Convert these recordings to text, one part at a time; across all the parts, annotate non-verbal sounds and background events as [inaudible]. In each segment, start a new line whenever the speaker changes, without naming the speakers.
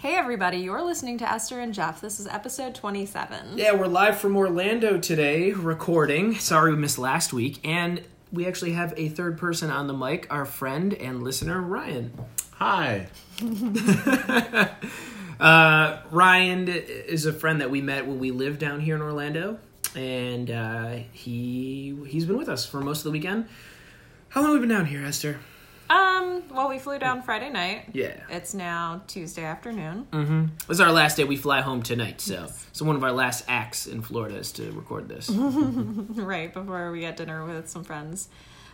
Hey, everybody, you're listening to Esther and Jeff. This is episode 27.
Yeah, we're live from Orlando today, recording. Sorry we missed last week. And we actually have a third person on the mic, our friend and listener, Ryan. [laughs]
Hi.
Uh, Ryan is a friend that we met when we lived down here in Orlando. And uh, he, he's been with us for most of the weekend. How long have we been down here, Esther?
Um, well, we flew down Friday night.
Yeah.
It's now Tuesday afternoon.
Mm. This is our last day. We fly home tonight. So, so one of our last acts in Florida is to record
[laughs]
this.
right before we had dinner with some friends.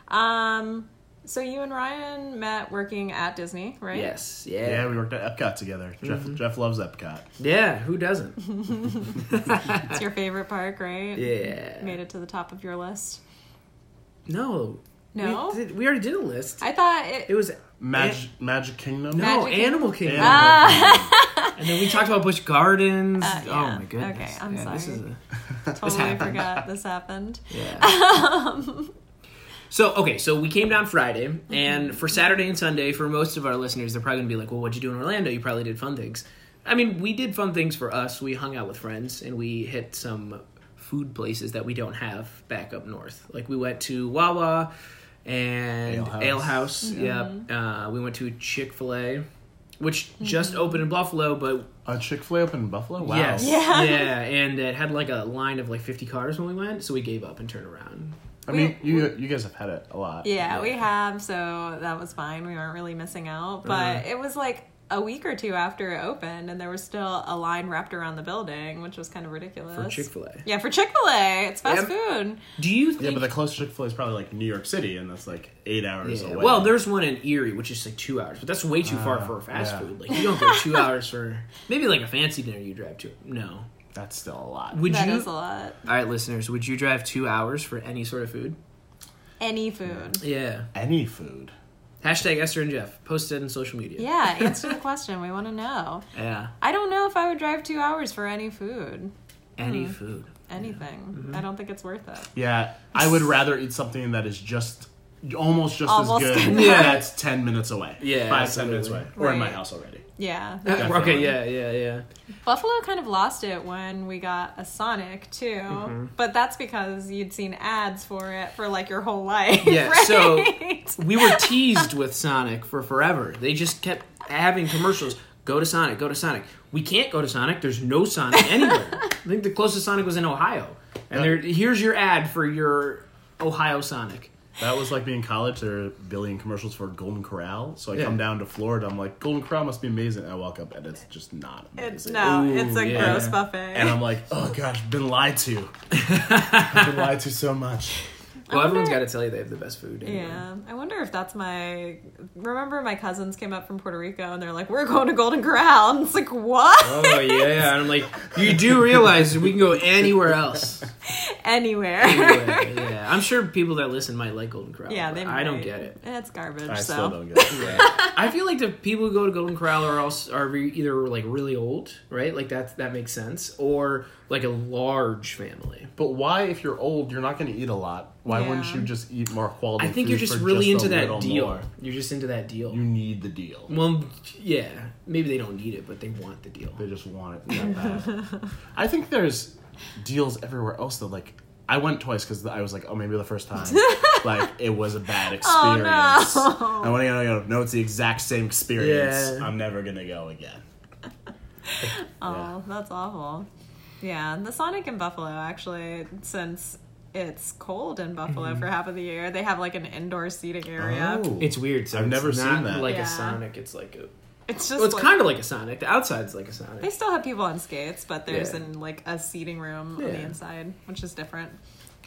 Um, so you and Ryan met working at Disney, right?
yes.
Yeah, we worked at Epcot together.
Mm-hmm.
Jeff Jeff loves Epcot.
Yeah, who doesn't?
It's your favorite park, right?
Yeah.
Made it to the top of your list.
No.
No?
We, did- we already did a list.
I thought it.
It was
Mag-
Eh.
Magic Kingdom.
no
Magic Kingdom? Ah.
Animal Kingdom.
Animal
And then we talked about Busch Gardens.
Uh, yeah.
Oh my goodness.
Okay, I'm
Yeah, This
sorry.
is a,
totally
happened.
forgot this happened.
yeah. [laughs] Mm-hmm. so okay, so we came down Friday, and for Saturday and Sunday, for most of our listeners, they're probably gonna be like, "Well, what'd you do in Orlando? You probably did fun things." I mean, we did fun things for us. We hung out with friends, and we hit some food places that we don't have back up north. Like we went to Wawa and Ale
Ale
House.
House.
Yep. Uh, we went to Chick Fil A, which just opened in Buffalo, but
[laughs] A Chick Fil A up in Buffalo. Wow.
Yes.
Yeah.
Yeah. and it had like a line of like 50 cars when we went, so we gave up and turned around.
I mean, you you guys have had it a lot.
Yeah, we have, so that was fine. We weren't really missing out. But
Uh-huh.
it was like a week or two after it opened, and there was still a line wrapped around the building, which was kind of ridiculous.
For Chick-fil-A.
Yeah, for Chick fil A. It's fast food.
Do you
Yeah,
think
but the closest Chick Fil A is probably like New York City, and that's like eight hours
Yeah. Ah,
away.
Well, there's one in Erie, which is like two hours, but that's way too far for fast
yeah.
food. Like you don't go [laughs] two hours for maybe like a fancy dinner. You drive two. No,
that's still a lot.
would
That
you?
is a lot.
All right, listeners, would you drive two hours for any sort of food?
Any food.
Yeah.
Any food.
Hashtag Esther and Jeff. Post it on social media.
Yeah,
[laughs]
answer the question. We want to know.
Yeah.
I don't know if I would drive two hours for any food,
Any
Mm-hmm.
food.
anything.
Mm-hmm.
I don't think it's worth it.
Yeah, I would rather eat something that is just almost just
Almost
[laughs]
as good.
good. Yeah.
that's ten minutes away.
Yeah,
five
absolutely.
ten minutes away, or in my
Right.
house already.
Yeah.
[laughs] Okay. Yeah. Yeah. Yeah.
Buffalo kind of lost it when we got a Sonic too,
Mm-hmm.
but that's because you'd seen ads for it for like your whole life.
Yeah,
[laughs] right?
so- we were teased with Sonic for forever. They just kept having commercials. Go to Sonic. Go to Sonic. We can't go to Sonic. There's no
[laughs]
Sonic anywhere. I think the closest Sonic was in Ohio. And there, here's your ad for your Ohio Sonic.
That was like me in college. There were a billion commercials for Golden Corral. So I
Yeah.
come down to Florida. I'm like, Golden Corral must be amazing. And I walk up and it's just not amazing.
it's no,
Ooh,
it's a
yeah.
gross
And
buffet.
I'm like, oh gosh, been lied to.
[laughs]
I've been lied to so much.
Well, everyone's got
wonder-
to tell you they have the best food. anyway.
Yeah, I wonder if that's my. Remember, my cousins came up from Puerto Rico and they're like, "We're going to Golden Corral." And [laughs] it's like, what?
Oh yeah, and I'm like, you do realize we can go
[laughs]
anywhere else.
Anywhere.
Anyway, yeah, I'm sure people that listen might like Golden
[laughs]
Corral.
yeah,
but
they.
I don't
might.
get it.
It's garbage.
I
so
still don't get [laughs] it. Yeah.
I feel like the people who go to Golden Corral are also are re- either like really old, right? Like that that makes sense, or like a large family.
but why, if you're old, you're not going to eat a lot? Why wouldn't
Yeah.
you just eat more quality?
I think
food
you're just
for
really
a
into that
little
deal.
more?
You're just into that deal.
You need the deal.
well, yeah, maybe they don't need it, but they want the deal.
They just want it that bad. I think there's deals everywhere else though. Like I went twice because I was like, oh, maybe the
[laughs]
first time, like it was a bad experience.
Oh, no.
I want to go. No, it's the exact same experience.
Yeah.
I'm never gonna
[laughs]
go again.
Oh, that's awful. Yeah, and the Sonic in Buffalo actually, since it's cold in Buffalo
Mm-hmm.
for half of the year, they have like an indoor seating area.
Oh.
It's weird. So
I've
it's
never
not
seen that.
Like
Yeah.
a Sonic, it's like a.
It's just
Well, it's
like-
kind of like a Sonic. The outside's like a
they
Sonic.
still have people on skates, but there's
Yeah.
an like a seating room on the
Yeah.
inside, which is different. [laughs]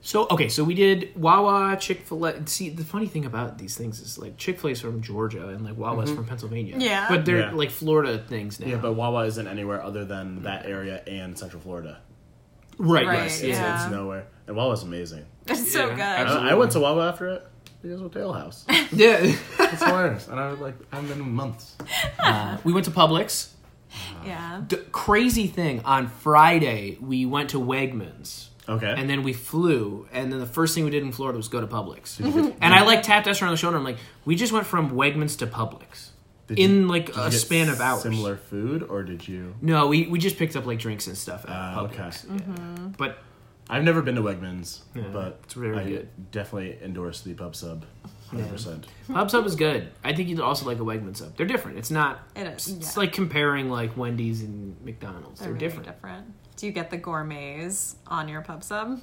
So okay, so we did Wawa, Chick Fil A. See, the funny thing about these things is like Chick Fil A's from Georgia and like Wawa's from Pennsylvania.
Yeah.
but they're
Yeah.
like Florida things now.
Yeah, but Wawa isn't anywhere other than that area and Central Florida.
right,
Right,
yes,
It's,
yes,
yeah.
it's nowhere. And Wawa's amazing.
It's so
Yeah.
I,
good.
I went to Wawa after it. You guys went to Ale House.
[laughs] Yeah.
[laughs] It's hilarious. And I was like, I haven't been in months.
Uh, we went to Publix.
Yeah.
The crazy thing on Friday, we went to Wegmans.
Okay.
And then we flew, and then the first thing we did in Florida
[laughs]
was go to Publix. and I like tapped Esther on the shoulder. I'm like, we just went from Wegmans to Publix.
Did
in
you-
like
did you
a
get
span of hours.
Similar food, or did you?
No, we, we just picked up like drinks and stuff at
Uh, okay.
Publix.
Mm-hmm.
But
I've never been to Wegmans,
Yeah,
but
it's very
I
good.
definitely endorse the pub sub, hundred percent.
Pub Sub is good. I think you'd also like a Wegmans sub. They're different. It's not.
It is.
It's
yeah.
like comparing like Wendy's and McDonald's. They're,
really
different.
different. Do you get the gourmets on your pub
[laughs]
sub?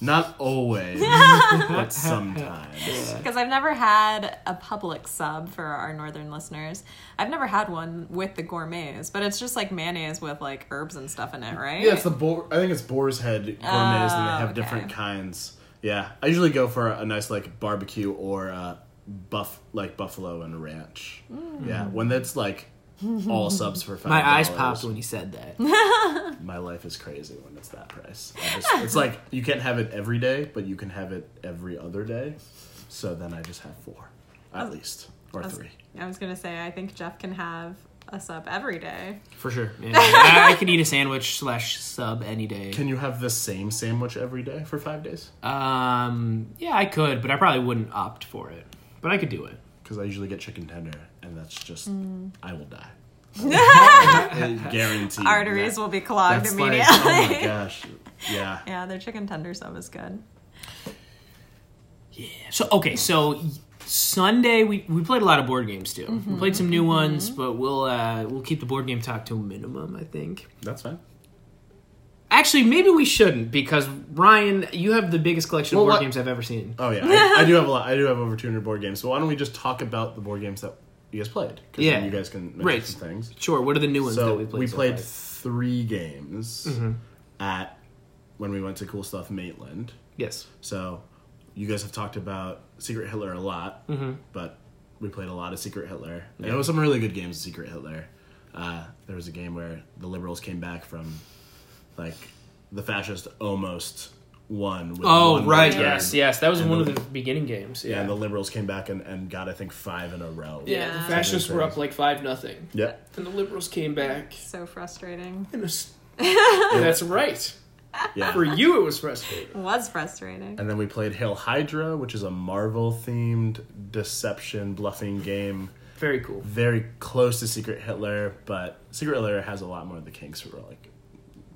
Not always, but sometimes.
Because I've never had a public sub for our northern listeners. I've never had one with the gourmets, but it's just like mayonnaise with like herbs and stuff in it, right?
Yeah, it's the boar. I think it's boar's head gourmets, and they
Oh,
have
okay.
different kinds. Yeah, I usually go for a nice like barbecue or uh, buff like buffalo and ranch. Yeah, one that's like all subs for five.
Mm. My eyes popped when you said that.
My life is crazy when it's that price. I just- it's like you can't have it every day, but you can have it every other day. So then I just have four, at
Oh.
least, or
was-
three.
I was gonna say I think Jeff can have a sub every day.
For sure. Yeah. I, I could eat a sandwich slash sub any day.
Can you have the same sandwich every day for five days?
Um, yeah, I could, but I probably wouldn't opt for it. But I could do it.
Because I usually get chicken tender, and that's just
Mm.
I
[laughs]
will die. Guaranteed.
Arteries will be clogged
That's
immediately.
like, oh my gosh, yeah.
[laughs] yeah, their chicken tender sub is good.
So okay, so Sunday we, we played a lot of board games too. We
Mm-hmm.
played some new ones, but we'll uh, we'll keep the board game talk to a minimum. I think.
That's fine.
Actually, maybe we shouldn't because Ryan, you have the biggest collection
Well,
of board
what-
games I've ever seen.
Oh yeah, I, I do have a lot. I do have over 200 board games. So why don't we just talk about the board games that you guys played? 'Cause
Yeah.
then you guys can mention
Right.
some things.
Sure. What are the new ones
So
that
we
we
played,
played? so far?
three games
Mm-hmm.
at when we went to Cool Stuff Maitland.
Yes.
So you guys have talked about Secret Hitler a lot,
Mm-hmm.
but we played a lot of Secret Hitler. And There was some really good games of Secret Hitler. Uh, there was a game where the liberals came back from, like, the fascists almost won. With
Oh
one
right.
return.
Yes. Yes. That was
And
one
the-
of the beginning games.
Yeah,
Yeah.
and the liberals came back and, and got I think five in a row.
Yeah,
Yeah.
the fascists were up like five nothing,
Yeah.
and the liberals came back.
So frustrating.
And it's- that's right.
Yeah.
For you, it was frustrating.
Was frustrating.
And then we played Hail Hydra, which is a Marvel themed deception bluffing game.
Very cool.
Very close to Secret Hitler, but Secret Hitler has a lot more of the kinks who were like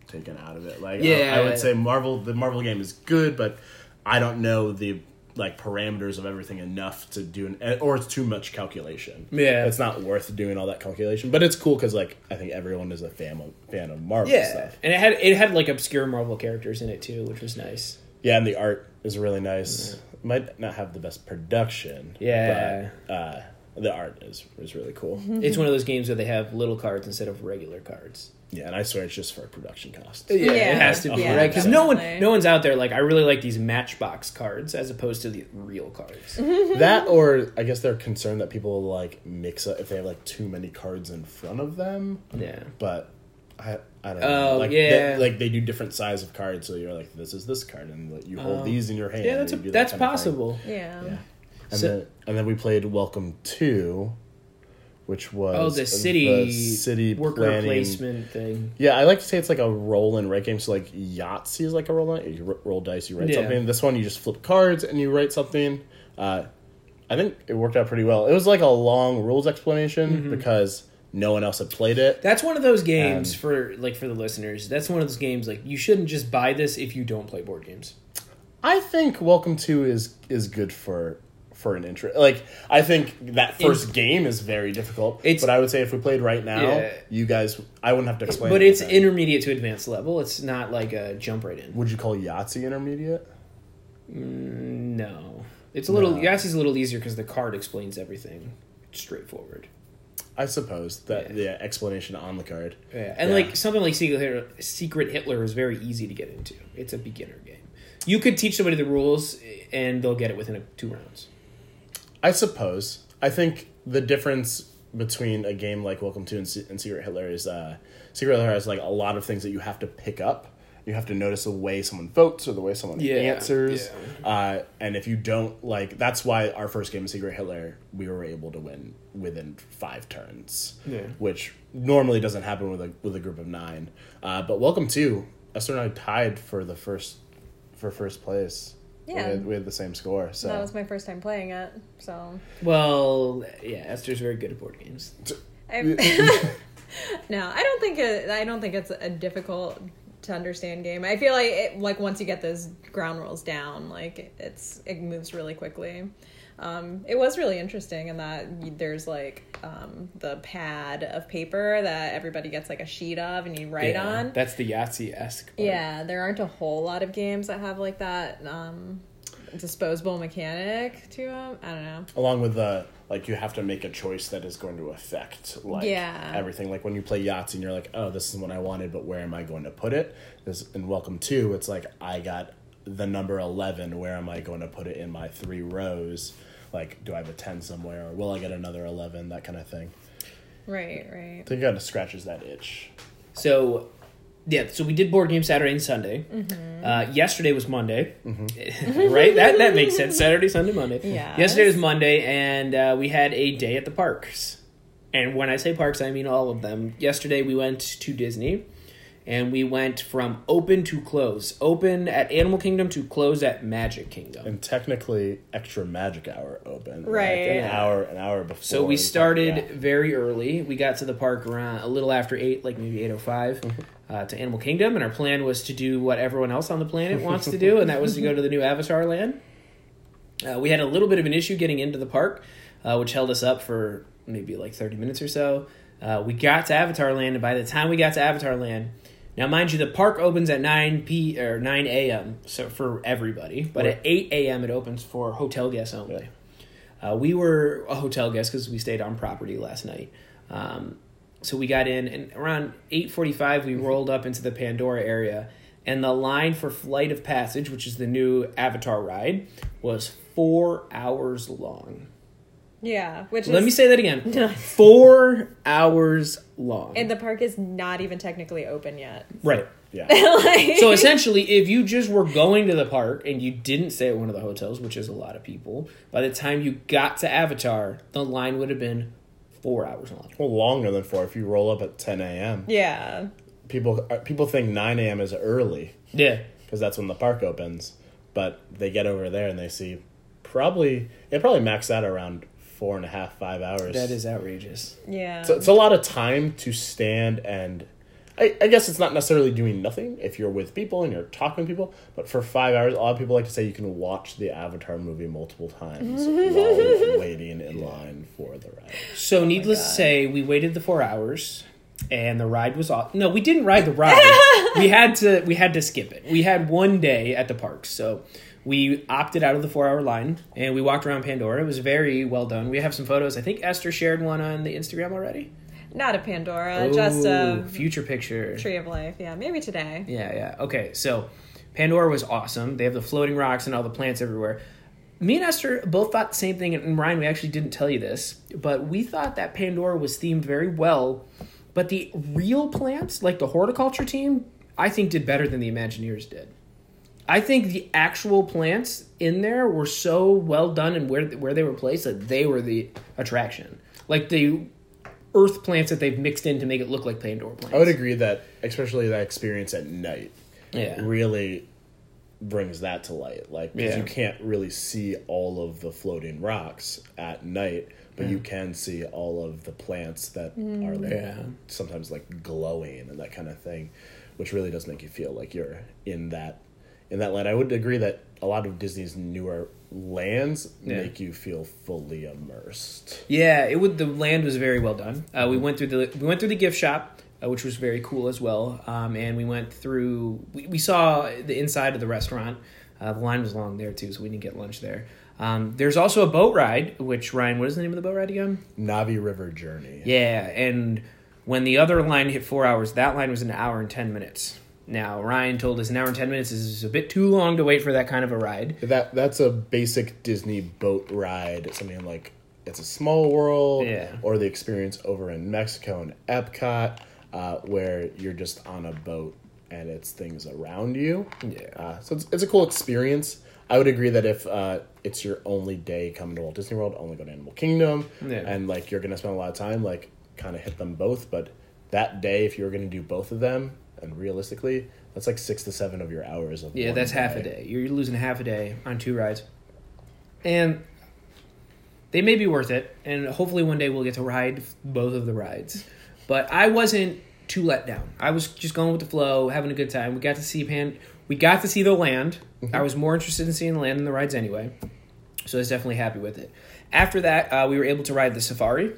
taken out of it. Like I- I,
Yeah.
would say Marvel the Marvel game is good, but I don't know the like parameters of everything enough to do an or it's too much calculation.
Yeah.
It's not worth doing all that calculation. But it's cool because like I think everyone is a fan of fan of Marvel
Yeah,
stuff.
and it had it had like obscure Marvel characters in it too, which was nice.
Yeah, and the art is really nice. Might not have the best production.
Yeah.
But, uh, the art is, is really cool.
It's one of those games where they have little cards instead of regular cards.
yeah, and I swear it's just for production costs.
it has to be
Yeah,
right because no one
definitely.
no one's out there like I really like these Matchbox cards as opposed to the real cards.
that or I guess they're concerned that people will like mix up if they have like too many cards in front of them.
yeah,
But I I don't
Oh,
know. Like
yeah.
they, like they do different size of cards, so you're like, this is this card and like, you hold these in your hand.
Oh. yeah, that's a,
and you do that
that's
kind of thing.
possible.
yeah.
Yeah. And
So-
then and then we played Welcome Two, which was
Oh, the city
the city
worker
planning-
placement thing.
Yeah, I like to say it's like a roll and write game. So like Yahtzee is like a roll and you ro- roll dice, you write
Yeah.
something. This one you just flip cards and you write something. Uh, I think it worked out pretty well. It was like a long rules explanation
Mm-hmm.
because no one else had played it.
That's one of those games for like for the listeners. That's one of those games like you shouldn't just buy this if you don't play board games.
I think Welcome to is is good for for an intro. Like I think that first game is very difficult.
It's-
but I would say if we played right now,
Yeah.
you guys, I wouldn't have to explain.
But it's
anything.
intermediate to advanced level. It's not like a jump right in.
Would you call Yahtzee intermediate?
No, it's a little
No.
Yahtzee's a little easier because the card explains everything straightforward.
I suppose that
Yeah.
the explanation on the card.
Yeah, and
Yeah.
like something like Secret Hitler, Secret Hitler is very easy to get into. It's a beginner game. You could teach somebody the rules, and they'll get it within a, two rounds.
I suppose. I think the difference between a game like Welcome to and, Se- and Secret Hitler is uh, Secret Hitler has like a lot of things that you have to pick up. You have to notice the way someone votes or the way someone
Yeah,
answers. Uh, and if you don't like, that's why our first game of Secret Hitler we were able to win within five turns,
Yeah.
which normally doesn't happen with a with a group of nine. Uh, but Welcome to Esther and I tied for the first for first place. We had, we had the same score. So
That was my first time playing it, so
Well, yeah, Esther's very good at board games.
I, [laughs] no, I don't think it, I don't think it's a difficult to understand game. I feel like it, like once you get those ground rules down, like it's it moves really quickly. Um, it was really interesting in that you- there's like um, the pad of paper that everybody gets like a sheet of and you write
Yeah,
on.
That's the Yahtzee esque.
Yeah, there aren't a whole lot of games that have like that um, disposable mechanic to them. I don't know.
along with the like you have to make a choice that is going to affect like
Yeah.
everything like when you play Yahtzee and you're like oh this is what i wanted but where am i going to put it this in welcome to it's like i got the number 11 where am i going to put it in my three rows like do i have a 10 somewhere or will i get another 11 that kind of thing
Right, right.
i think it kind of scratches that itch
So, yeah, so we did board game Saturday and Sunday. Uh, yesterday was Monday, [laughs] right? That that makes sense. Saturday, Sunday, Monday.
Yes.
Yesterday was Monday, and uh, we had a day at the parks. And when I say parks, I mean all of them. Yesterday we went to Disney, and we went from open to close. Open at Animal Kingdom to close at Magic Kingdom.
and technically extra magic hour open like,
Right.
an hour an hour before
So we started
yeah.
very early. We got to the park around a little after eight, like maybe eight oh five,
Mm-hmm.
uh, to Animal Kingdom, and our plan was to do what everyone else on the planet wants to do, and that was to go to the new Avatar land. Uh, we had a little bit of an issue getting into the park, uh, which held us up for maybe like thirty minutes or so. Uh, we got to Avatar land, and by the time we got to Avatar land. Now, mind you, the park opens at nine p or nine a.m. so for everybody, but at eight a.m. it opens for hotel guests only. Uh, we were a hotel guest because we stayed on property last night. Um, so we got in, and around eight forty-five, we rolled up into the Pandora area, and the line for Flight of Passage, which is the new Avatar ride, was four hours long.
Yeah, which
Let
is,
me say that again: four hours long.
and the park is not even technically open yet.
right.
yeah [laughs]
Like-
So essentially, if you just were going to the park and you didn't stay at one of the hotels, which is a lot of people, by the time you got to Avatar, the line would have been four hours long.
well longer than four if you roll up at 10 a.m
yeah,
people uh, people think 9 a.m is early
Yeah.
because that's when the park opens. But they get over there and they see probably it probably maxed out around four and a half five hours.
That is outrageous.
yeah.
so it's a lot of time to stand and. I, I guess it's not necessarily doing nothing if you're with people and you're talking to people, but for five hours, a lot of people like to say you can watch the Avatar movie multiple
[laughs]
times while waiting in line for the ride.
So, needless to say, we waited the four hours, and the ride was off. No, we didn't ride the ride. we had to. We had to skip it. We had one day at the park, so we opted out of the four hour line, and we walked around Pandora. It was very well done. We have some photos. I think Esther shared one on the Instagram already.
not a Pandora, just um, a
Ooh, future picture.
Tree of Life. Yeah, maybe today.
Yeah, yeah. Okay, so Pandora was awesome. They have the floating rocks and all the plants everywhere. Me and Esther both thought the same thing, and Ryan, we actually didn't tell you this, but we thought that Pandora was themed very well, but the real plants, like the horticulture team, I think did better than the Imagineers did. I think the actual plants in there were so well done and where where they were placed that they were the attraction. Like the earth plants that they've mixed in to make it look like Pandora plants.
I would agree that, especially that experience at night,
Yeah.
really brings that to light. Like because
Yeah.
you can't really see all of the floating rocks at night, but you can see all of the plants that are like
Yeah.
sometimes like glowing and that kind of thing, which really does make you feel like you're in that in that land. I would agree that a lot of Disney's newer lands
Yeah.
make you feel fully immersed.
Yeah, it would. The land was very well done. Uh, we went through the we went through the gift shop, uh, which was very cool as well. Um, and we went through. We, we saw the inside of the restaurant. Uh, the line was long there too, so we didn't get lunch there. Um, there's also a boat ride, which Ryan, what is the name of the boat ride again?
Navi River Journey.
Yeah, and when the other line hit four hours, that line was an hour and ten minutes. Now Ryan told us an hour and ten minutes is a bit too long to wait for that kind of a ride.
That that's a basic Disney boat ride. Something like it's a small world,
Yeah.
or the experience over in Mexico in Epcot, uh, where you're just on a boat and it's things around you.
Yeah.
Uh, so it's, it's a cool experience. I would agree that if uh, it's your only day coming to Walt Disney World, only go to Animal Kingdom,
Yeah.
and like you're gonna spend a lot of time, like kind of hit them both. But that day, if you were gonna do both of them, and realistically, That's like six to seven of your hours of
Yeah,
one
that's half a day. You're losing half a day on two rides. And they may be worth it, and hopefully one day we'll get to ride both of the rides. But I wasn't too let down. I was just going with the flow, having a good time. We got to see Pan we got to see the land. I was more interested in seeing the land than the rides anyway. So I was definitely happy with it. After that, uh, we were able to ride the safari,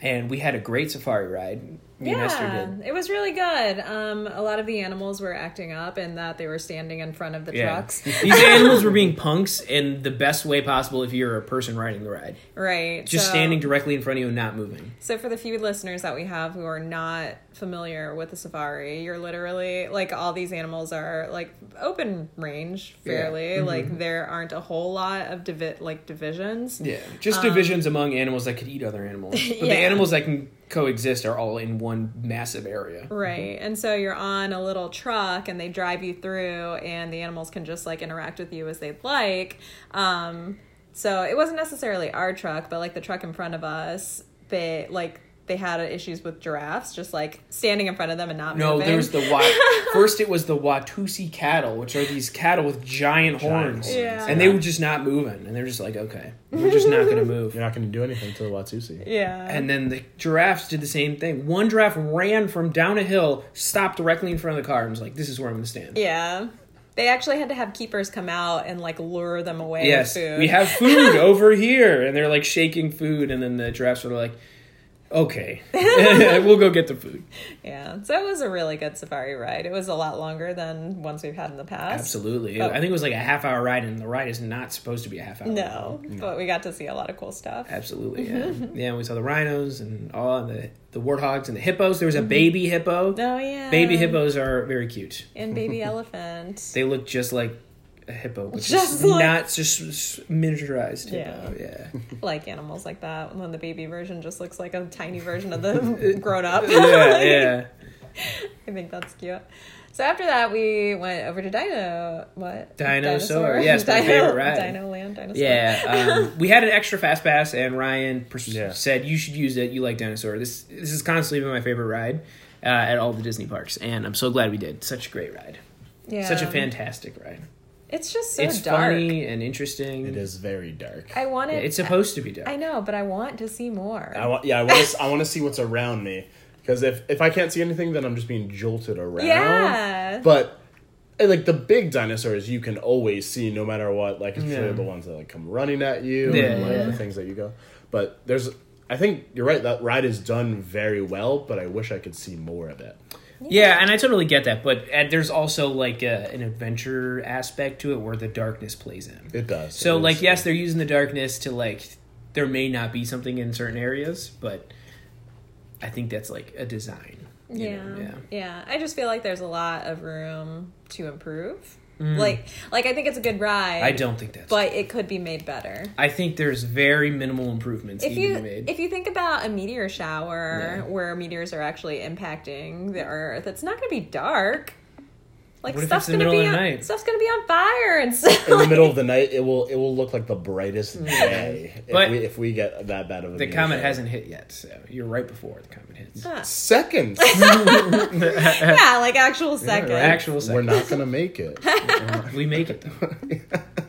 and we had a great safari ride. Me and Esther
Yeah,
did.
it was really good. Um, a lot of the animals were acting up and that they were standing in front of the trucks.
[laughs] These animals were being punks in the best way possible if you're a person riding the ride.
Right.
Just
so-
standing directly in front of you and not moving.
So, for the few listeners that we have who are not familiar with the safari, you're literally like all these animals are like open range fairly. Like there aren't a whole lot of divi- like divisions.
Yeah. Just divisions among animals that could eat
[laughs]
other animals. But
Um, Yeah.
the animals that can coexist are all in one massive area.
Right. And so you're on a little truck and they drive you through and the animals can just like interact with you as they'd like. Um so it wasn't necessarily our truck, but like the truck in front of us, they like they had issues with giraffes just like standing in front of them and not
No,
moving.
there's the
[laughs]
Wat- first it was the Watusi cattle, which are these cattle with giant, horns.
horns.
Yeah.
And they were just not moving. And they're just like, okay, we're just
[laughs]
not going to move.
You're not going to do anything to the Watusi.
yeah.
And then the giraffes did the same thing. One giraffe ran from down a hill, stopped directly in front of the car, and was like, "This is where I'm going to stand."
yeah. They actually had to have keepers come out and like lure them away
yes,
with food.
we have food over here, and they're like shaking food, and then the giraffes were like, [laughs] "Okay, we'll go get the food."
yeah. So it was a really good safari ride. It was a lot longer than ones we've had in the past.
Absolutely, I think it was like a half hour ride, and the ride is not supposed to be a half hour.
No, but we got to see a lot of cool stuff.
absolutely, [laughs] yeah, yeah. and We saw the rhinos and all and the the warthogs and the hippos. There was a baby hippo.
Oh yeah.
Baby hippos are very cute.
and baby elephant.
[laughs] They look just like a hippo, which
Just
is
like-
not just s- miniaturized hippo. Yeah.
like animals like that. When the baby version just looks like a tiny version of
[laughs]
the grown up.
Yeah, [laughs] yeah.
[laughs] I think that's cute. So after that, we went over to Dino. What?
Dinosaur. Yes, my favorite ride.
Dino Land. Dinosaur.
[laughs]
Yeah, um, we had an extra fast pass, and Ryan pers-
Yeah.
said you should use it. You like dinosaur. This this has constantly been my favorite ride uh, at all the Disney parks, and I'm so glad we did. Such a great ride,
Yeah.
such a fantastic ride.
It's just so
it's
dark.
funny and interesting.
It is very dark.
I wanted.
Yeah, It's supposed to be dark.
I know, but I want to see more.
I want, yeah, I want to, I want to see what's around me because if if I can't see anything, then I'm just being jolted around.
Yeah.
But and, like the big dinosaurs, you can always see no matter what. Like it's
Yeah.
really the ones that like come running at you,
Yeah,
and like,
yeah.
the things that you go. But there's, I think you're right. That ride is done very well, but I wish I could see more of it.
Yeah, and I totally get that, but uh, there's also like a, an adventure aspect to it where the darkness plays in.
It does.
So
It is-
like yes, they're using the darkness to like there may not be something in certain areas, but I think that's like a design. you
yeah,
know,
yeah.
yeah.
I just feel like there's a lot of room to improve. Like, like I think it's a good ride.
Mm. I don't think that's
But it could be made better.
I think there's very minimal improvements
if
needed
you
to be made.
if you think about a meteor shower
Yeah.
where meteors are actually impacting the earth, it's not going to be dark. Like
What if
stuff's
it's
going
the
to be
middle of
on,
the night?
stuff's going to be on fire
[laughs]
and stuff. [laughs]
in the middle of the night, it will it will look like the brightest day if,
But-
we, if we get that bad of a
the
meteor
comet
shower.
hasn't hit yet, so you're right before the comet hits. [laughs]
seconds.
yeah, like actual second.
Actual
We're
second.
not gonna
[laughs]
make it.
we make it though.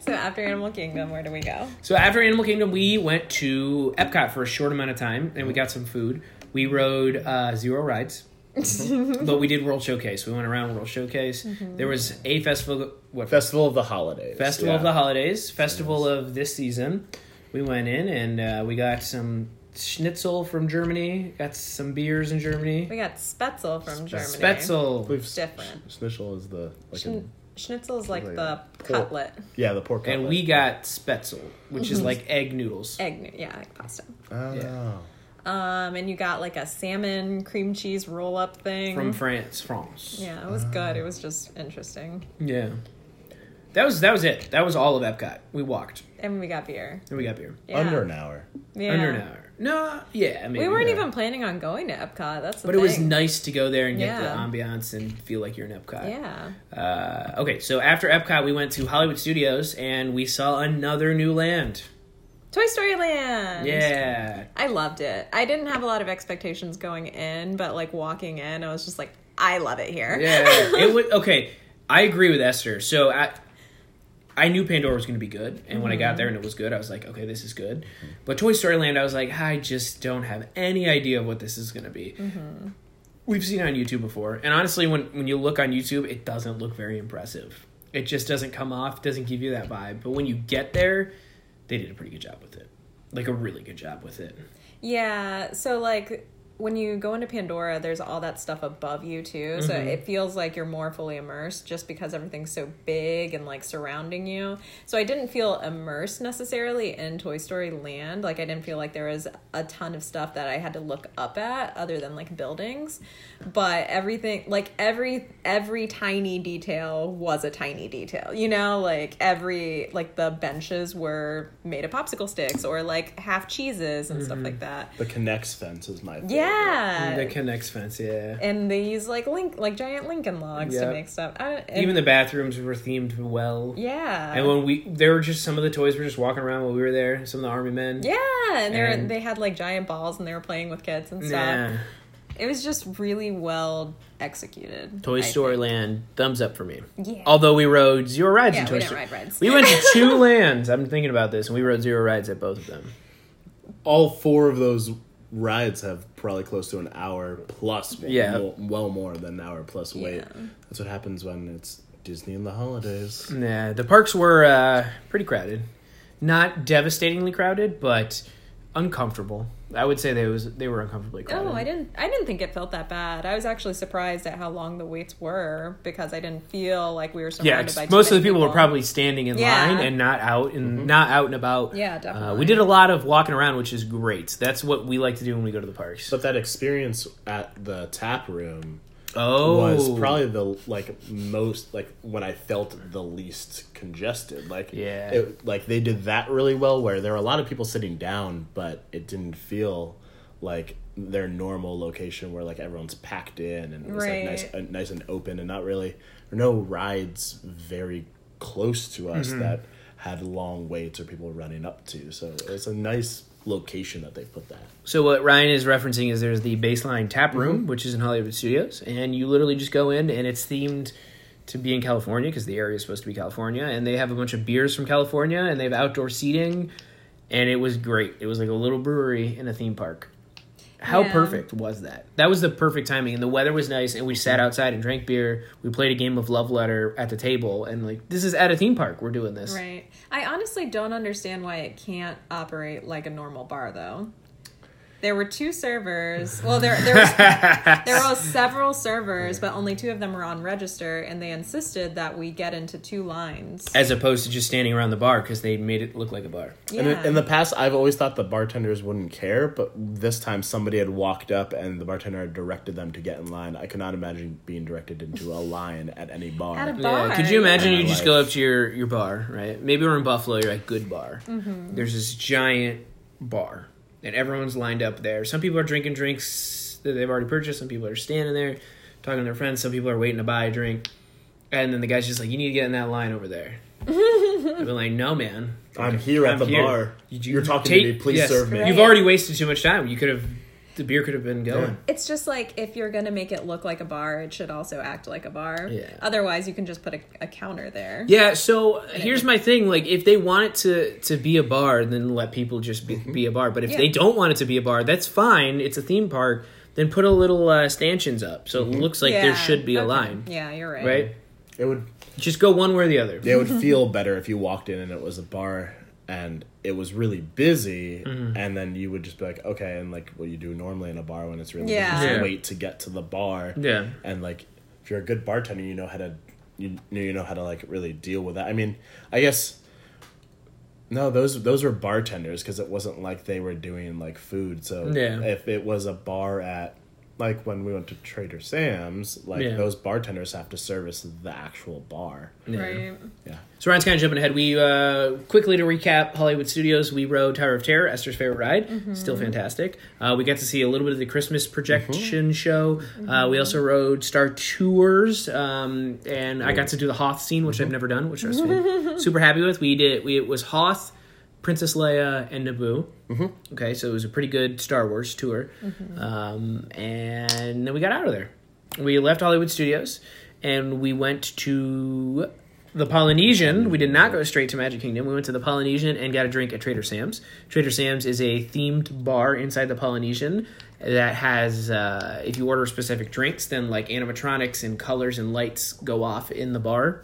So after Animal Kingdom, where do we go?
So after Animal Kingdom, we went to Epcot for a short amount of time, and we got some food. We rode uh,
[laughs]
zero rides, but we did World Showcase. We went around World Showcase.
Mm-hmm.
There was a festival, what
Festival of the Holidays.
festival of
yeah.
the holidays, festival of this season. We went in and uh, we got some schnitzel from Germany. Got some beers in Germany.
We got Spetzel from Germany.
I
Spetzel
believe s-
different.
Schnitzel is the like a,
Schnitzel is like
Like
the
a pork-
cutlet,
yeah the pork.
and
cutlet.
we got spetzel, which is like egg noodles.
Mm-hmm. egg, noo- yeah, egg pasta.
Oh.
Yeah.
Um, and you got like a salmon cream cheese roll up thing
From France, France.
Yeah, it was good. It was just interesting,
Yeah. That was that was it. That was all of Epcot. We walked
and we got beer.
and we got beer.
Yeah.
Under an hour.
Yeah.
Under an hour. No, yeah, I mean,
We weren't
yeah.
even planning on going to Epcot. That's the
But it was
thing.
nice to go there and get
Yeah.
the ambiance and feel like you're in Epcot.
Yeah,
Uh, okay, so after Epcot, we went to Hollywood Studios and we saw another new land.
Toy Story Land.
Yeah.
I loved it. I didn't have a lot of expectations going in, but like walking in, I was just like, I love it here.
Yeah. it would okay. I agree with Esther. So I I knew Pandora was going to be good, and when I got there and it was good, I was like, okay, this is good. But Toy Story Land, I was like, I just don't have any idea what this is going to be. We've seen it on YouTube before, and honestly, when when you look on YouTube, it doesn't look very impressive. It just doesn't come off, doesn't give you that vibe. But when you get there, they did a pretty good job with it, like a really good job with it.
[laughs] Yeah, so like when you go into Pandora, there's all that stuff above you too. So
Mm-hmm.
it feels like you're more fully immersed just because everything's so big and like surrounding you. So I didn't feel immersed necessarily in Toy Story Land. Like I didn't feel like there was a ton of stuff that I had to look up at other than like buildings. But everything like every every tiny detail was a tiny detail. You know, like every like the benches were made of popsicle sticks or like half cheeses and stuff
Mm-hmm.
like that.
The Connects fence is my favorite.
Yeah.
The Connects fence, yeah.
and they use like link like giant Lincoln logs
Yeah.
to make stuff. I, don't- and-
Even the bathrooms were themed well.
yeah.
And when we, there were just some of the toys were just walking around while we were there. Some of the army men.
yeah, and they were
And-
they had like giant balls and they were playing with kids and stuff.
Nah.
It was just really well executed.
Toy
I
Story Land, thumbs up for me.
think. Yeah.
Although we rode zero rides
yeah,
in
we
Toy
didn't
Story.
ride rides.
We went
[laughs]
to two lands. I'm thinking about this, and we rode zero rides at both of them.
All four of those rides have probably close to an hour plus. Well,
Yeah.
mo- well more than an hour plus wait.
Yeah.
That's what happens when it's Disney and the holidays.
Nah, the parks were uh, pretty crowded, not devastatingly crowded, but uncomfortable. I would say they was they were uncomfortably crowded.
Oh, I didn't. I didn't think it felt that bad. I was actually surprised at how long the waits were because I didn't feel like we were
Yeah,
surrounded by. too
most of the
many
people were probably standing in
Yeah.
line and not out and
Mm-hmm.
not out and about.
Yeah,
Uh, we
definitely.
did a lot of walking around, which is great. That's what we like to do when we go to the parks.
But that experience at the tap room
Oh,
was probably the like most like when I felt the least congested. Like
Yeah.
it, like they did that really well where there were a lot of people sitting down, but it didn't feel like their normal location where like everyone's packed in and it was like nice,
Right.
uh, nice and open and not really there were no rides very close to us
Mm-hmm.
that had long waits or people running up to. So it's a nice location that they put that.
So what Ryan is referencing is there's the baseline tap room, which is in Hollywood Studios, and you literally just go in and it's themed to be in California because the area is supposed to be California, and they have a bunch of beers from California, and they have outdoor seating, and it was great. It was like a little brewery in a theme park. How
Yeah.
perfect was that? That was the perfect timing, and the weather was nice, and we sat outside and drank beer. We played a game of love letter at the table, and like this is at a theme park. We're doing this.
Right. I honestly don't understand why it can't operate like a normal bar, though. There were two servers. Well, there there
[laughs]
was there were several servers, but only two of them were on register, and they insisted that we get into two lines.
As opposed to just standing around the bar because they made it look like a bar.
Yeah.
And in, in the past, I've always thought the bartenders wouldn't care, but this time somebody had walked up and the bartender had directed them to get in line. I cannot imagine being directed into a line at any bar.
At a bar.
Yeah, could you imagine
Yeah,
you just
like-
go up to your, your bar, right? Maybe we're in Buffalo, you're at Good Bar. There's this giant bar, and everyone's lined up there. Some people are drinking drinks that they've already purchased, some people are standing there talking to their friends, some people are waiting to buy a drink. And then the guy's just like, You need to get in that line over there. I've been like, No, man.
I'm here at the bar. You're talking to me. Please
yes.
serve me.
Right.
You've already wasted too much time. You could have, the beer could have been going.
It's just like if you're gonna make it look like a bar, it should also act like a bar.
Yeah.
Otherwise, you can just put a, a counter there.
Yeah, so
Eh.
here's my thing. Like, if they want it to, to be a bar, then let people just be, be a bar. But if
Mm-hmm. Yeah.
they don't want it to be a bar, that's fine. It's a theme park. Then put a little uh, stanchions up so it looks like there
Yeah,
should be a
Mm-hmm. okay.
line,
Yeah, you're right.
right?
It would
Just go one way or the other.
it would feel better if you walked in and it was a bar and it was really busy,
Mm-hmm.
and then you would just be like, okay, and like what you do normally in a bar when it's really busy,
Yeah.
just
Yeah.
wait to get to the bar.
Yeah.
and like if you're a good bartender you know how to you, you know how to like really deal with that i mean i guess no those those were bartenders because it wasn't like they were doing like food so
Yeah.
if it was a bar at like when we went to trader sam's like
Yeah.
those bartenders have to service the actual bar
Yeah.
Right.
yeah
So Ryan's kind of jumping ahead. We uh, quickly to recap Hollywood Studios. We rode Tower of Terror, Esther's favorite ride, still fantastic. Uh, we got to see a little bit of the Christmas projection show. Uh, we also rode Star Tours, um, and I got to do the Hoth scene, which I've never done, which I was super happy with. We did. We, it was Hoth, Princess Leia and Naboo. Mm-hmm. Okay, so it was a pretty good Star Wars tour. Um, and then we got out of there. We left Hollywood Studios and we went to the Polynesian. We did not go straight to Magic Kingdom. We went to the Polynesian and got a drink at Trader Sam's. Trader Sam's is a themed bar inside the Polynesian that has, uh, if you order specific drinks, then like animatronics and colors and lights go off in the bar.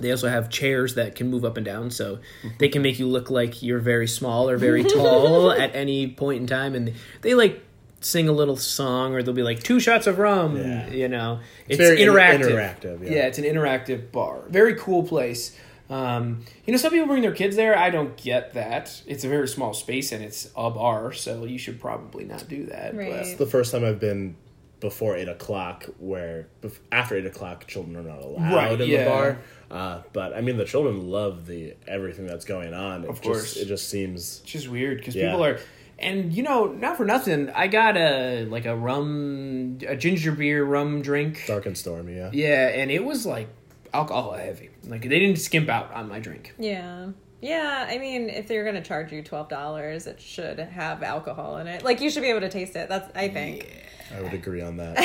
They also have chairs that can move up and down, so they can make you look like you're very small or very [laughs] tall at any point in time. And they like sing a little song, or they'll be like two shots of rum.
Yeah.
You know, it's,
very in-
interactive.
interactive, yeah.
it's an interactive bar. Very cool place. Um, you know, some people bring their kids there. I don't get that. It's a very small space and it's a bar, so you should probably not do that. but-
Right.
It's the first time I've been before eight o'clock, where bef- after eight o'clock children are not allowed
Right,
in
yeah.
the bar. Uh, but I mean, the children love the everything that's going on. It
Of
just,
course.
it just seems
It's just weird because
Yeah.
people are, and you know, not for nothing. I got a like a rum, a ginger beer rum drink.
dark and stormy. Yeah,
Yeah, and it was like alcohol heavy. Like they didn't skimp out on my drink.
Yeah. Yeah, I mean, if they're gonna charge you twelve dollars, it should have alcohol in it. Like you should be able to taste it. That's I think.
I would agree
[laughs]
on that.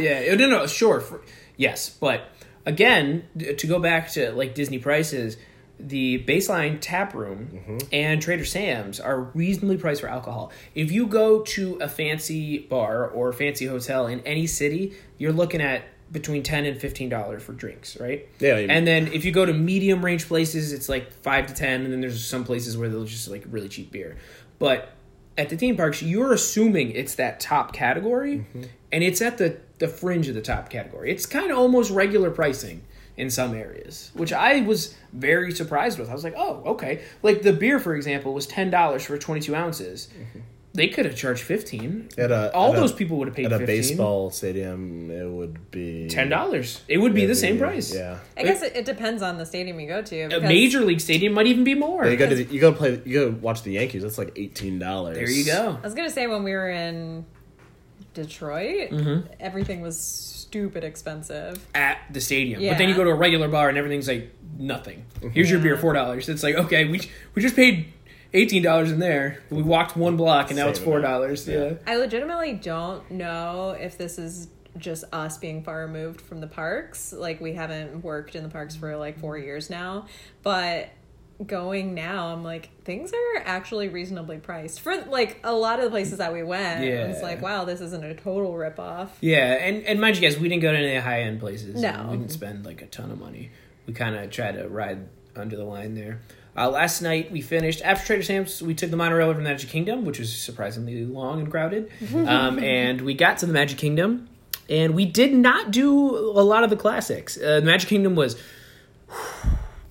Yeah.
yeah, no, no, no, sure, for, yes, but again, d- to go back to like Disney prices, the baseline tap room and Trader Sam's are reasonably priced for alcohol. If you go to a fancy bar or fancy hotel in any city, you're looking at between ten and fifteen dollars for drinks, right?
Yeah, I mean-
and then if you go to medium range places, it's like five to ten, and then there's some places where they'll just like really cheap beer, but at the theme parks, you're assuming it's that top category,
Mm-hmm.
and it's at the the fringe of the top category. It's kind of almost regular pricing in some areas, which I was very surprised with. I was like, oh, okay. Like the beer, for example, was ten dollars for twenty two ounces. They could have charged fifteen.
Mm-hmm. At a-
All
at a-
those people would have paid
At a
15.
baseball stadium, it would be
ten dollars. It would be the same price.
Yeah,
I guess it, it depends on the stadium you go to.
A
because-
major league stadium might even be more.
you go to the, you go play you go watch the Yankees. That's like eighteen dollars.
there you go.
I was gonna say when we were in Detroit,
Mm-hmm.
everything was stupid expensive.
at the stadium. But then you
Yeah.
go to a regular bar and everything's like nothing. Here's your beer, four dollars. It's like okay, we we just paid eighteen dollars in there. We walked one block and now
Same
it's four
amount.
dollars.
Yeah.
Yeah.
I legitimately don't know if this is just us being far removed from the parks. Like we haven't worked in the parks for like four years now, but going now, I'm like things are actually reasonably priced for like a lot of the places that we went. It's
Yeah.
like wow, this isn't a total ripoff.
Yeah, and and mind you guys, we didn't go to any high end places.
No.
we didn't spend like a ton of money. We kind of tried to ride under the line there. Uh, last night we finished after Trader Sam's. We took the monorail over to the Magic Kingdom, which was surprisingly long and crowded. Um, and we got to the Magic Kingdom, and we did not do a lot of the classics. Uh, the Magic Kingdom was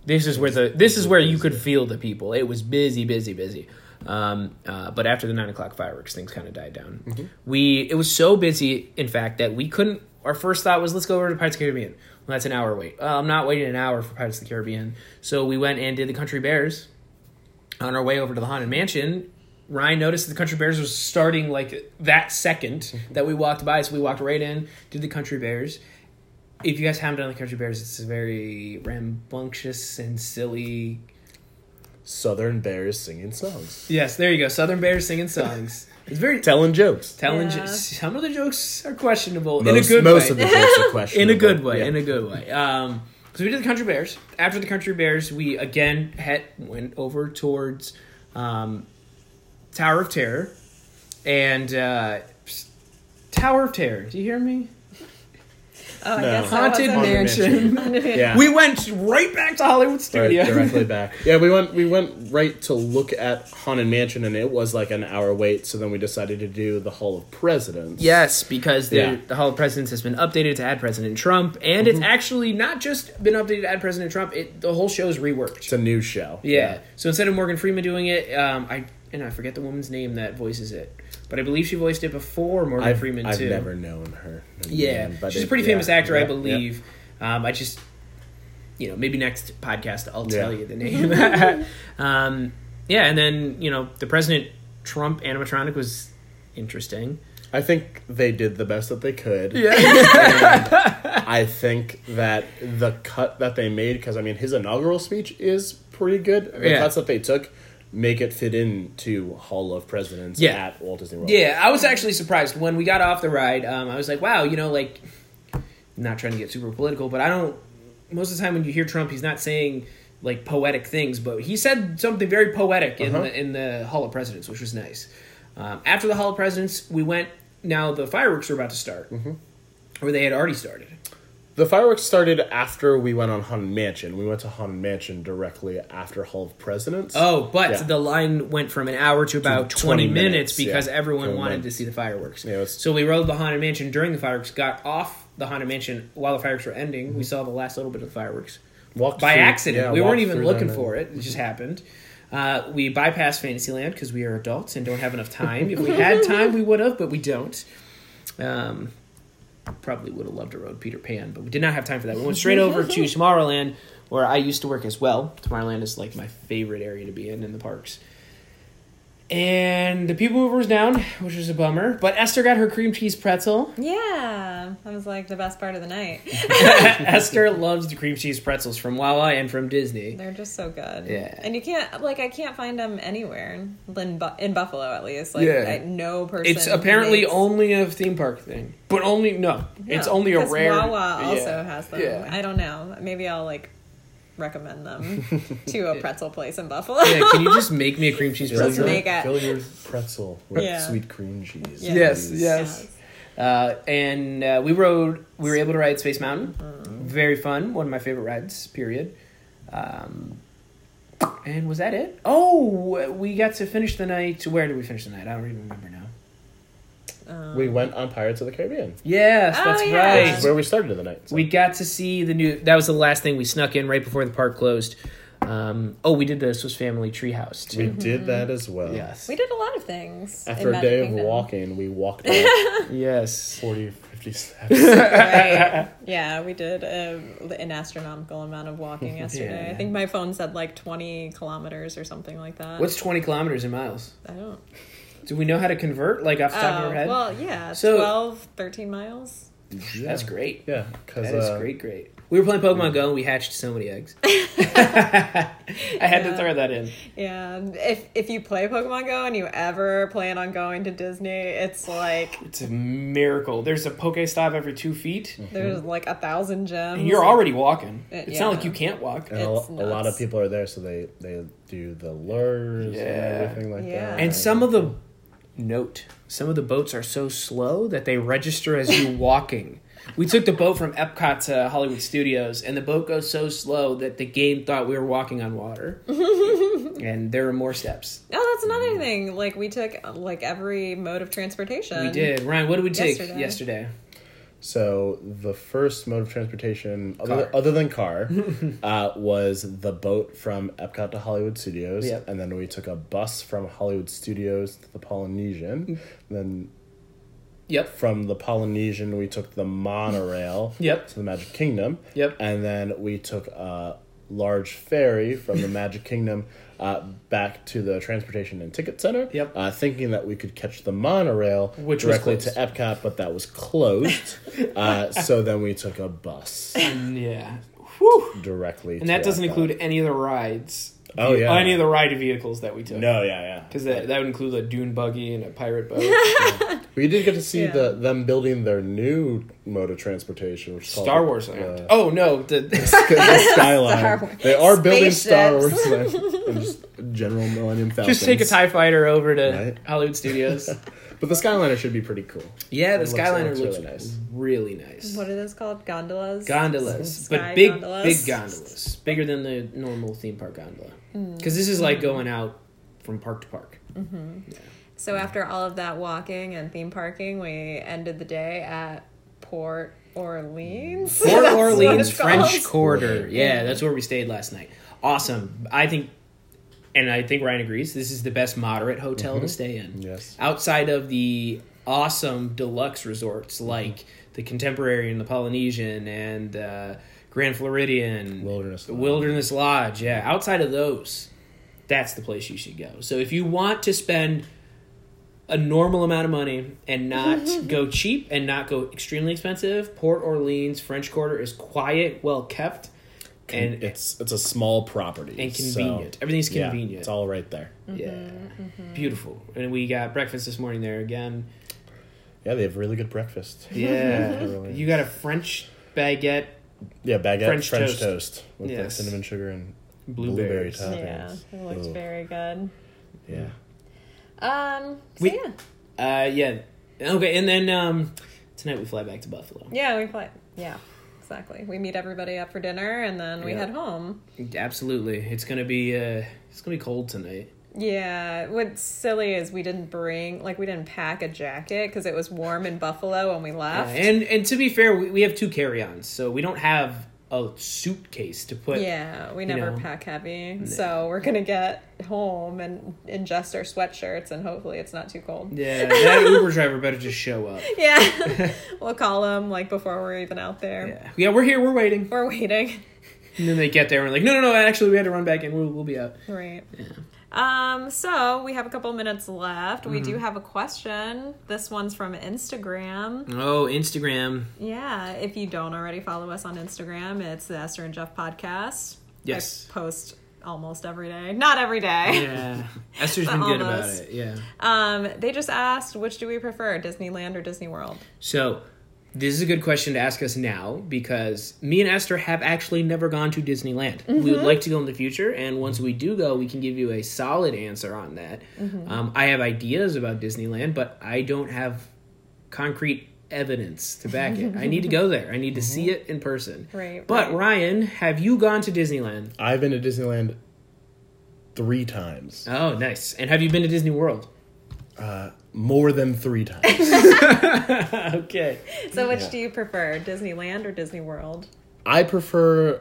this is where the this is where you could feel the people. It was busy, busy, busy. Um, uh, but after the nine o'clock fireworks, things kind of died down. We it was so busy, in fact, that we couldn't. Our first thought was let's go over to Pirates of the Caribbean. Well, that's an hour wait. Uh, I'm not waiting an hour for Pirates of the Caribbean. So we went and did the Country Bears. On our way over to the Haunted Mansion, Ryan noticed that the Country Bears was starting like that second that we walked by. So we walked right in, did the Country Bears, if you guys haven't done the Country Bears, it's a very rambunctious and silly.
Southern Bears singing songs,
Yes, there you go. Southern Bears singing [laughs] songs. It's very
telling jokes.
telling.
Yeah.
jo- Some of the jokes are questionable in a
most,
good
most
way.
of the jokes are
[laughs]
questionable.
in a good way.
Yeah.
In a good way. Um, so we did the Country Bears. After the Country Bears, we again had, went over towards um, Tower of Terror and uh, Tower of Terror. Do you hear me?
Oh, I
No.
guess that
Haunted
wasn't-
Mansion. [laughs]
yeah.
We went right back to Hollywood
Right,
Studios. [laughs]
directly back. Yeah, we went we went right to look at Haunted Mansion, and it was like an hour wait. So then we decided to do the Hall of Presidents.
Yes, because the,
Yeah. Mhm.
the Hall of Presidents has been updated to add President Trump, and it's actually not just been updated to add President Trump. It the whole show's reworked.
it's a new show.
yeah. So instead of Morgan Freeman doing it, um, I and I forget the woman's name that voices it, but I believe she voiced it before Morgan
I've,
Freeman
I've
too.
never known her.
yeah,
Man, but
she's a
it-
pretty
yeah.
famous actor, I
Yep, yep.
believe. Um, I just, you know, maybe next podcast I'll tell
Yeah. [laughs]
you the name. [laughs] um, yeah, and then you know the President Trump animatronic was interesting.
I think they did the best that they could.
[laughs]
I think that the cut that they made, because I mean, his inaugural speech is pretty good. The
Yeah.
cuts that they took make it fit into Hall of Presidents
Yeah.
at Walt Disney World.
Yeah, I was actually surprised when we got off the ride. Um, I was like, wow, you know, like, not trying to get super political, but I don't. Most of the time, when you hear Trump, he's not saying like poetic things, but he said something very poetic in
Uh-huh.
the in the Hall of Presidents, which was nice. Um, after the Hall of Presidents, we went. Now the fireworks were about to start, or they had already started.
The fireworks started after we went on Haunted Mansion. We went to Haunted Mansion directly after Hall of Presidents.
Oh, but
Yeah.
the line went from an hour to about 20,
20
minutes,
minutes,
because
yeah.
everyone
Going
wanted
on.
to see the fireworks.
Yeah, it was-
so we rode the Haunted Mansion during the fireworks, got off the Haunted Mansion while the fireworks were ending. We saw the last little bit of the fireworks
Walked
by
through-
accident.
yeah,
we weren't
walked
even
through
looking
them
for it. It just happened. Uh, we bypassed Fantasyland because we are adults and don't have enough time. if we had time, we would have, but we don't. Um, probably would have loved to rode Peter Pan, but we did not have time for that. We went straight over to Tomorrowland, where I used to work as well. Tomorrowland is like my favorite area to be in in the parks. And the people mover was down, which was a bummer. But Esther got her cream cheese
[laughs]
pretzel.
Yeah, that was like the best part of the night.
[laughs] Esther loves the cream cheese pretzels from Wawa and from Disney.
They're just so good.
Yeah.
and you can't like I can't find them anywhere in, Bu- in Buffalo at least. Like
Yeah.
I, no person.
It's apparently
makes-
only a theme park thing, but only no.
No,
it's only a
because
rare.
Wawa also
yeah,
has them.
Yeah.
I don't know. Maybe I'll like recommend
[laughs]
them to a pretzel place in Buffalo.
Yeah, can you just make me a cream [laughs] cheese
Fill
Just
pretzel?
your-
make it.
Fill your pretzel with
Yeah.
sweet cream
[laughs]
cheese.
Yeah.
yes,
please.
yes. Uh, and uh, we rode. We were able to ride Space Mountain.
Mm.
Very fun. One of my favorite rides. Period. Um, and was that it? Oh, we got to finish the night. Where did we finish the night? I don't even remember now.
Um,
We went on Pirates of the Caribbean.
Yes,
Oh,
that's
yeah.
right.
That's where we started the night. so.
We got to see the new. That was the last thing we snuck in right before the park closed. Um, oh, we did the Swiss Family Treehouse
We
too.
did that as well.
Yes.
we did a lot of things. Mm-hmm. in
After a
Magic
day of
Kingdom.
walking, we
[laughs]
walked up
Yes.
40, 50
[laughs]
steps.
Right. Yeah, we did uh an astronomical amount of walking yesterday.
[laughs] Yeah.
I think my phone said like 20 kilometers or something like that.
What's 20 kilometers in miles?
I don't.
Do we know how to convert, like off the top of
Oh,
our head?
well, yeah,
So-
12, 13 miles.
Yeah. uh,
That's great.
Yeah, because
That is great, great. We were playing Pokemon Go and we hatched so
[laughs]
many eggs. [laughs] I had to
Yeah.
throw that in.
Yeah, and if if you play Pokemon Go and you ever plan on going to Disney, it's like
It's a miracle. There's a Pokestop every two feet,
there's like a thousand gems.
Mm-hmm. and you're already walking.
Uh,
It's not
yeah.
like you can't walk.
And a,
It's
a lot of
nuts.
people are there, so they they do the lures
Yeah.
and everything like
Yeah.
that.
And some of the note, some of the boats are so slow that they register as
[laughs]
you walking. We took the boat from Epcot to Hollywood Studios, and the boat goes so slow that the game thought we were walking on
[laughs]
water. and there are more steps.
No, Oh, that's another thing. Like we took uh, like every mode of transportation.
We did. Ryan, what did we take yesterday?
Yesterday.
So the first mode of transportation,
Car.
other, other than
[laughs]
car, uh, was the boat from Epcot to Hollywood Studios,
Yep.
and then we took a bus from Hollywood Studios to the
Mm.
Polynesian. then
Yep.
from the Polynesian, we took the monorail
Yep.
to the Magic Kingdom.
Yep.
and then we took a large ferry from the
[laughs]
Magic Kingdom. Uh, back to the transportation and ticket center.
Yep.
Uh, thinking that we could catch the monorail
Which was
directly to
closed.
Epcot, but that
[laughs]
was closed. uh, so then we took a bus
Yeah. Whew.
directly.
And that doesn't include any of the rides.
Oh, yeah.
Any of the ride vehicles that we took.
No, yeah, yeah.
Because that, that would include a dune buggy and a pirate boat.
[laughs] We did get to see
Yeah.
the them building their new mode of transportation, which is called,
Star Wars
uh,
Land. oh, no. The, [laughs]
the Skyline.
[laughs] Star Wars.
They are building Star Wars
Spaceships. [laughs]
Land and just General Millennium Falcon.
Just take a TIE fighter over to
Right.
Hollywood
[laughs]
Studios.
But the Skyliner should be pretty cool.
yeah, the
It looks-
Skyliner
looks
looks,
really nice.
really nice.
What are those called? Gondolas.
Gondolas,
Sky
but big,
gondolas.
big gondolas. Bigger than the normal theme park gondola.
Hmm.
Because this is like going out from park to park.
So after all of that walking and theme parking, we ended the day at Port Orleans.
Port
[laughs] [laughs] That's what
Orleans
it's
French
called.
Quarter. Yeah, that's where we stayed last night. Awesome. I think, and I think Ryan agrees, this is the best moderate hotel
Mm-hmm.
to stay in.
Yes.
Outside of the awesome deluxe resorts
Mm-hmm.
like the Contemporary and the Polynesian and uh, Grand Floridian,
Wilderness
the
Lodge.
Wilderness Lodge. Yeah, outside of those, that's the place you should go. So if you want to spend a normal amount of money and not go cheap and not go extremely expensive. Port Orleans French Quarter is quiet, well kept, and
it's it's a small property
And
so-
convenient. Everything's
yeah,
convenient.
it's all right there.
yeah, beautiful. And we got breakfast this morning there again.
Yeah, they have really good breakfast.
Yeah,
Really.
you got a French baguette,
Yeah, baguette
French
French,
toast.
toast. with like
Yes.
cinnamon sugar and
Blueberries.
blueberry toppings.
[laughs] Yeah, it looks
Ooh,
very good.
Yeah.
Um, so
We-
yeah,
uh, yeah, okay. And then um, tonight we fly back to Buffalo.
yeah, we play. Yeah, exactly. We meet everybody up for dinner, and then we
Yeah.
head home.
Absolutely, it's gonna be uh, it's gonna be cold tonight.
Yeah, what's silly is we didn't bring like we didn't pack a jacket because it was warm in Buffalo when we
Yeah,
left.
Uh, and and to be fair, we, we have two carry-ons, so we don't have a suitcase to put.
Yeah, we never
know.
pack heavy, so we're gonna get home and ingest our sweatshirts, and hopefully it's not too cold.
[laughs] Yeah, that Uber driver better just show up. [laughs]
Yeah, we'll call them like before we're even out there.
Yeah, yeah, we're here, we're waiting.
We're waiting, [laughs]
And then they get there and like, no, no, no, actually, we had to run back in. We'll, we'll be out.
right? Um, so we have a couple minutes left. We
Mm-hmm.
do have a question. This one's from Instagram.
Oh, Instagram.
Yeah, if you don't already follow us on Instagram, it's the Esther and Jeff podcast.
Yes.
I post almost every day. Not every day.
Yeah, Esther's
But
been good about
almost.
it. Yeah.
Um, they just asked, which do we prefer, Disneyland or Disney World?
So, this is a good question to ask us now because me and Esther have actually never gone to Disneyland. We
Mm-hmm.
would like to go in the future, and once we do go, we can give you a solid answer on that.
Mm-hmm.
Um, I have ideas about Disneyland, but I don't have concrete evidence to back it. I need to go there. I need to see it in person.
Mm-hmm. Right,
But
right.
Ryan, have you gone to Disneyland?
I've been to Disneyland three times.
Oh, nice. And have you been to Disney World?
More than three times.
okay.
So, which
Yeah.
do you prefer, Disneyland or Disney World?
I prefer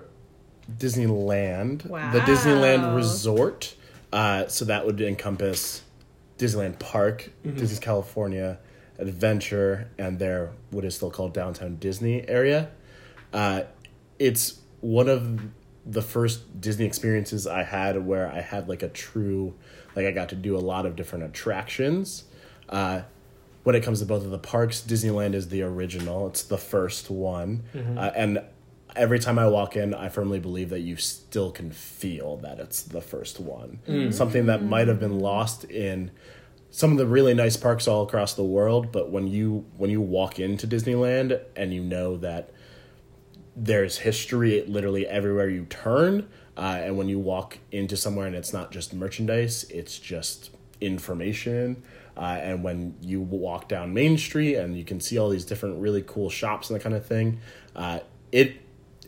Disneyland, the
Wow.
Disneyland Resort. Uh, so that would encompass Disneyland Park, Disney's California Adventure, and their what is still called Downtown Disney area. Uh, it's one of the first Disney experiences I had where I had like a true, like I got to do a lot of different attractions. Uh, when it comes to both of the parks, Disneyland is the original. It's the first one, uh, and every time I walk in, I firmly believe that you still can feel that it's the first one. Something that might have been lost in some of the really nice parks all across the world, but when you when you walk into Disneyland and you know that there's history literally everywhere you turn. Uh, and when you walk into somewhere and it's not just merchandise, it's just information. Uh, and when you walk down Main Street and you can see all these different really cool shops and that kind of thing, uh, it,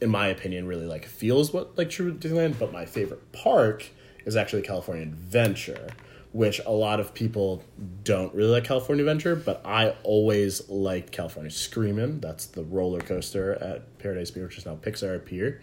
in my opinion, really like feels what like true Disneyland. But my favorite park is actually California Adventure, which a lot of people don't really like California Adventure, but I always liked California Screamin'. That's the roller coaster at Paradise Pier, which is now Pixar Pier.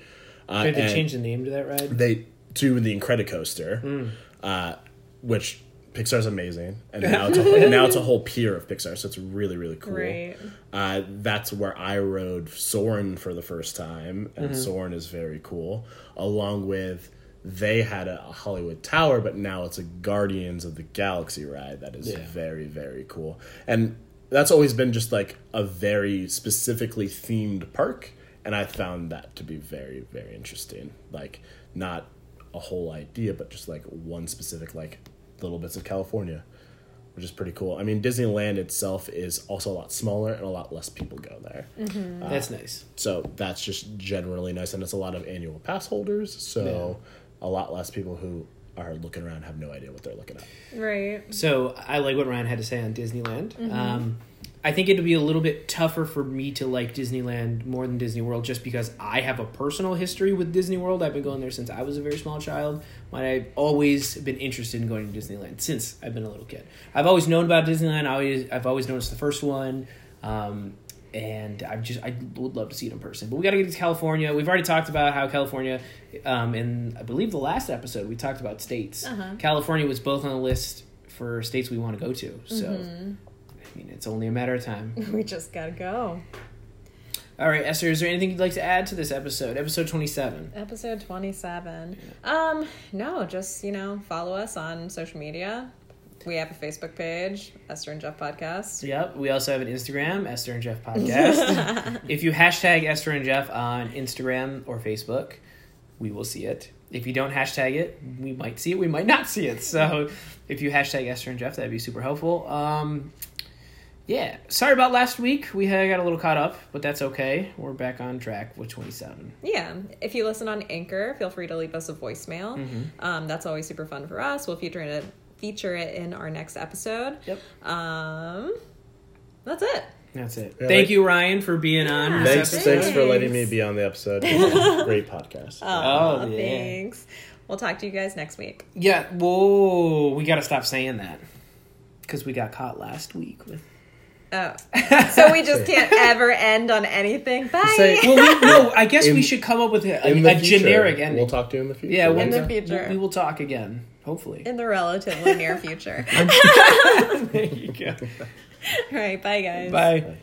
Uh,
Did they
and
change the name to that ride?
they to the Incredicoaster, uh, which Pixar's amazing, and now it's a whole, [laughs] now it's a whole pier of Pixar, so it's really really cool.
Right.
Uh, that's where I rode Soren for the first time, and Soren is very cool. Along with they had a Hollywood Tower, but now it's a Guardians of the Galaxy ride that is
Yeah.
very very cool, and that's always been just like a very specifically themed park, and I found that to be very very interesting. Like not a whole idea, but just like one specific like little bits of California which is pretty cool. I mean, Disneyland itself is also a lot smaller and a lot less people go there.
Mm.
Mm-hmm.
That's nice.
So that's just generally nice. And it's a lot of annual pass holders. So a lot less people who are looking around have no idea what they're looking at.
Right.
So I like what Ryan had to say on Disneyland. Um, I think it'd be a little bit tougher for me to like Disneyland more than Disney World just because I have a personal history with Disney World. I've been going there since I was a very small child. But I've always been interested in going to Disneyland since I've been a little kid. I've always known about Disneyland. I always, I've always noticed the first one. Um, and I just I would love to see it in person. But we got to get to California. We've already talked about how California, um, in I believe the last episode we talked about states. California was both on the list for states we want to go to. So, I mean, it's only a matter of time.
[laughs] We just gotta go.
All right, Esther, is there anything you'd like to add to this episode? Episode twenty-seven.
Episode 27. Um, no, just, you know, follow us on social media. We have a Facebook page, Esther and Jeff Podcast.
Yep. We also have an Instagram, Esther and Jeff Podcast. if you hashtag Esther and Jeff on Instagram or Facebook, we will see it. If you don't hashtag it, we might see it. We might not see it. So if you hashtag Esther and Jeff, that'd be super helpful. Um, yeah. Sorry about last week. We had, got a little caught up, but that's okay. We're back on track with 27.
Yeah. If you listen on Anchor, feel free to leave us a voicemail. Um, that's always super fun for us. We'll feature it, feature it in our next episode.
Yep.
Um, that's it.
That's it.
Yeah,
Thank
like-
you, Ryan, for being on. this
Thanks,
episode.
thanks for letting me be on the
[laughs]
episode. It's a
[laughs]
great podcast.
Oh,
Oh.
Aw,
yeah.
Thanks. We'll talk to you guys next week.
Yeah. Whoa. We got to stop saying that because we got caught last week with.
Oh. so we just can't ever end on anything. Bye.
Say-
Well, we, [laughs] no. I guess we
In-
should come up with a,
in the
a
future.
generic ending.
We'll talk to you in the future.
yeah.
In
when-
the future.
We, we will talk again. Hopefully.
in the relatively near future.
[laughs]
there you go.
All right. Bye, guys.
Bye.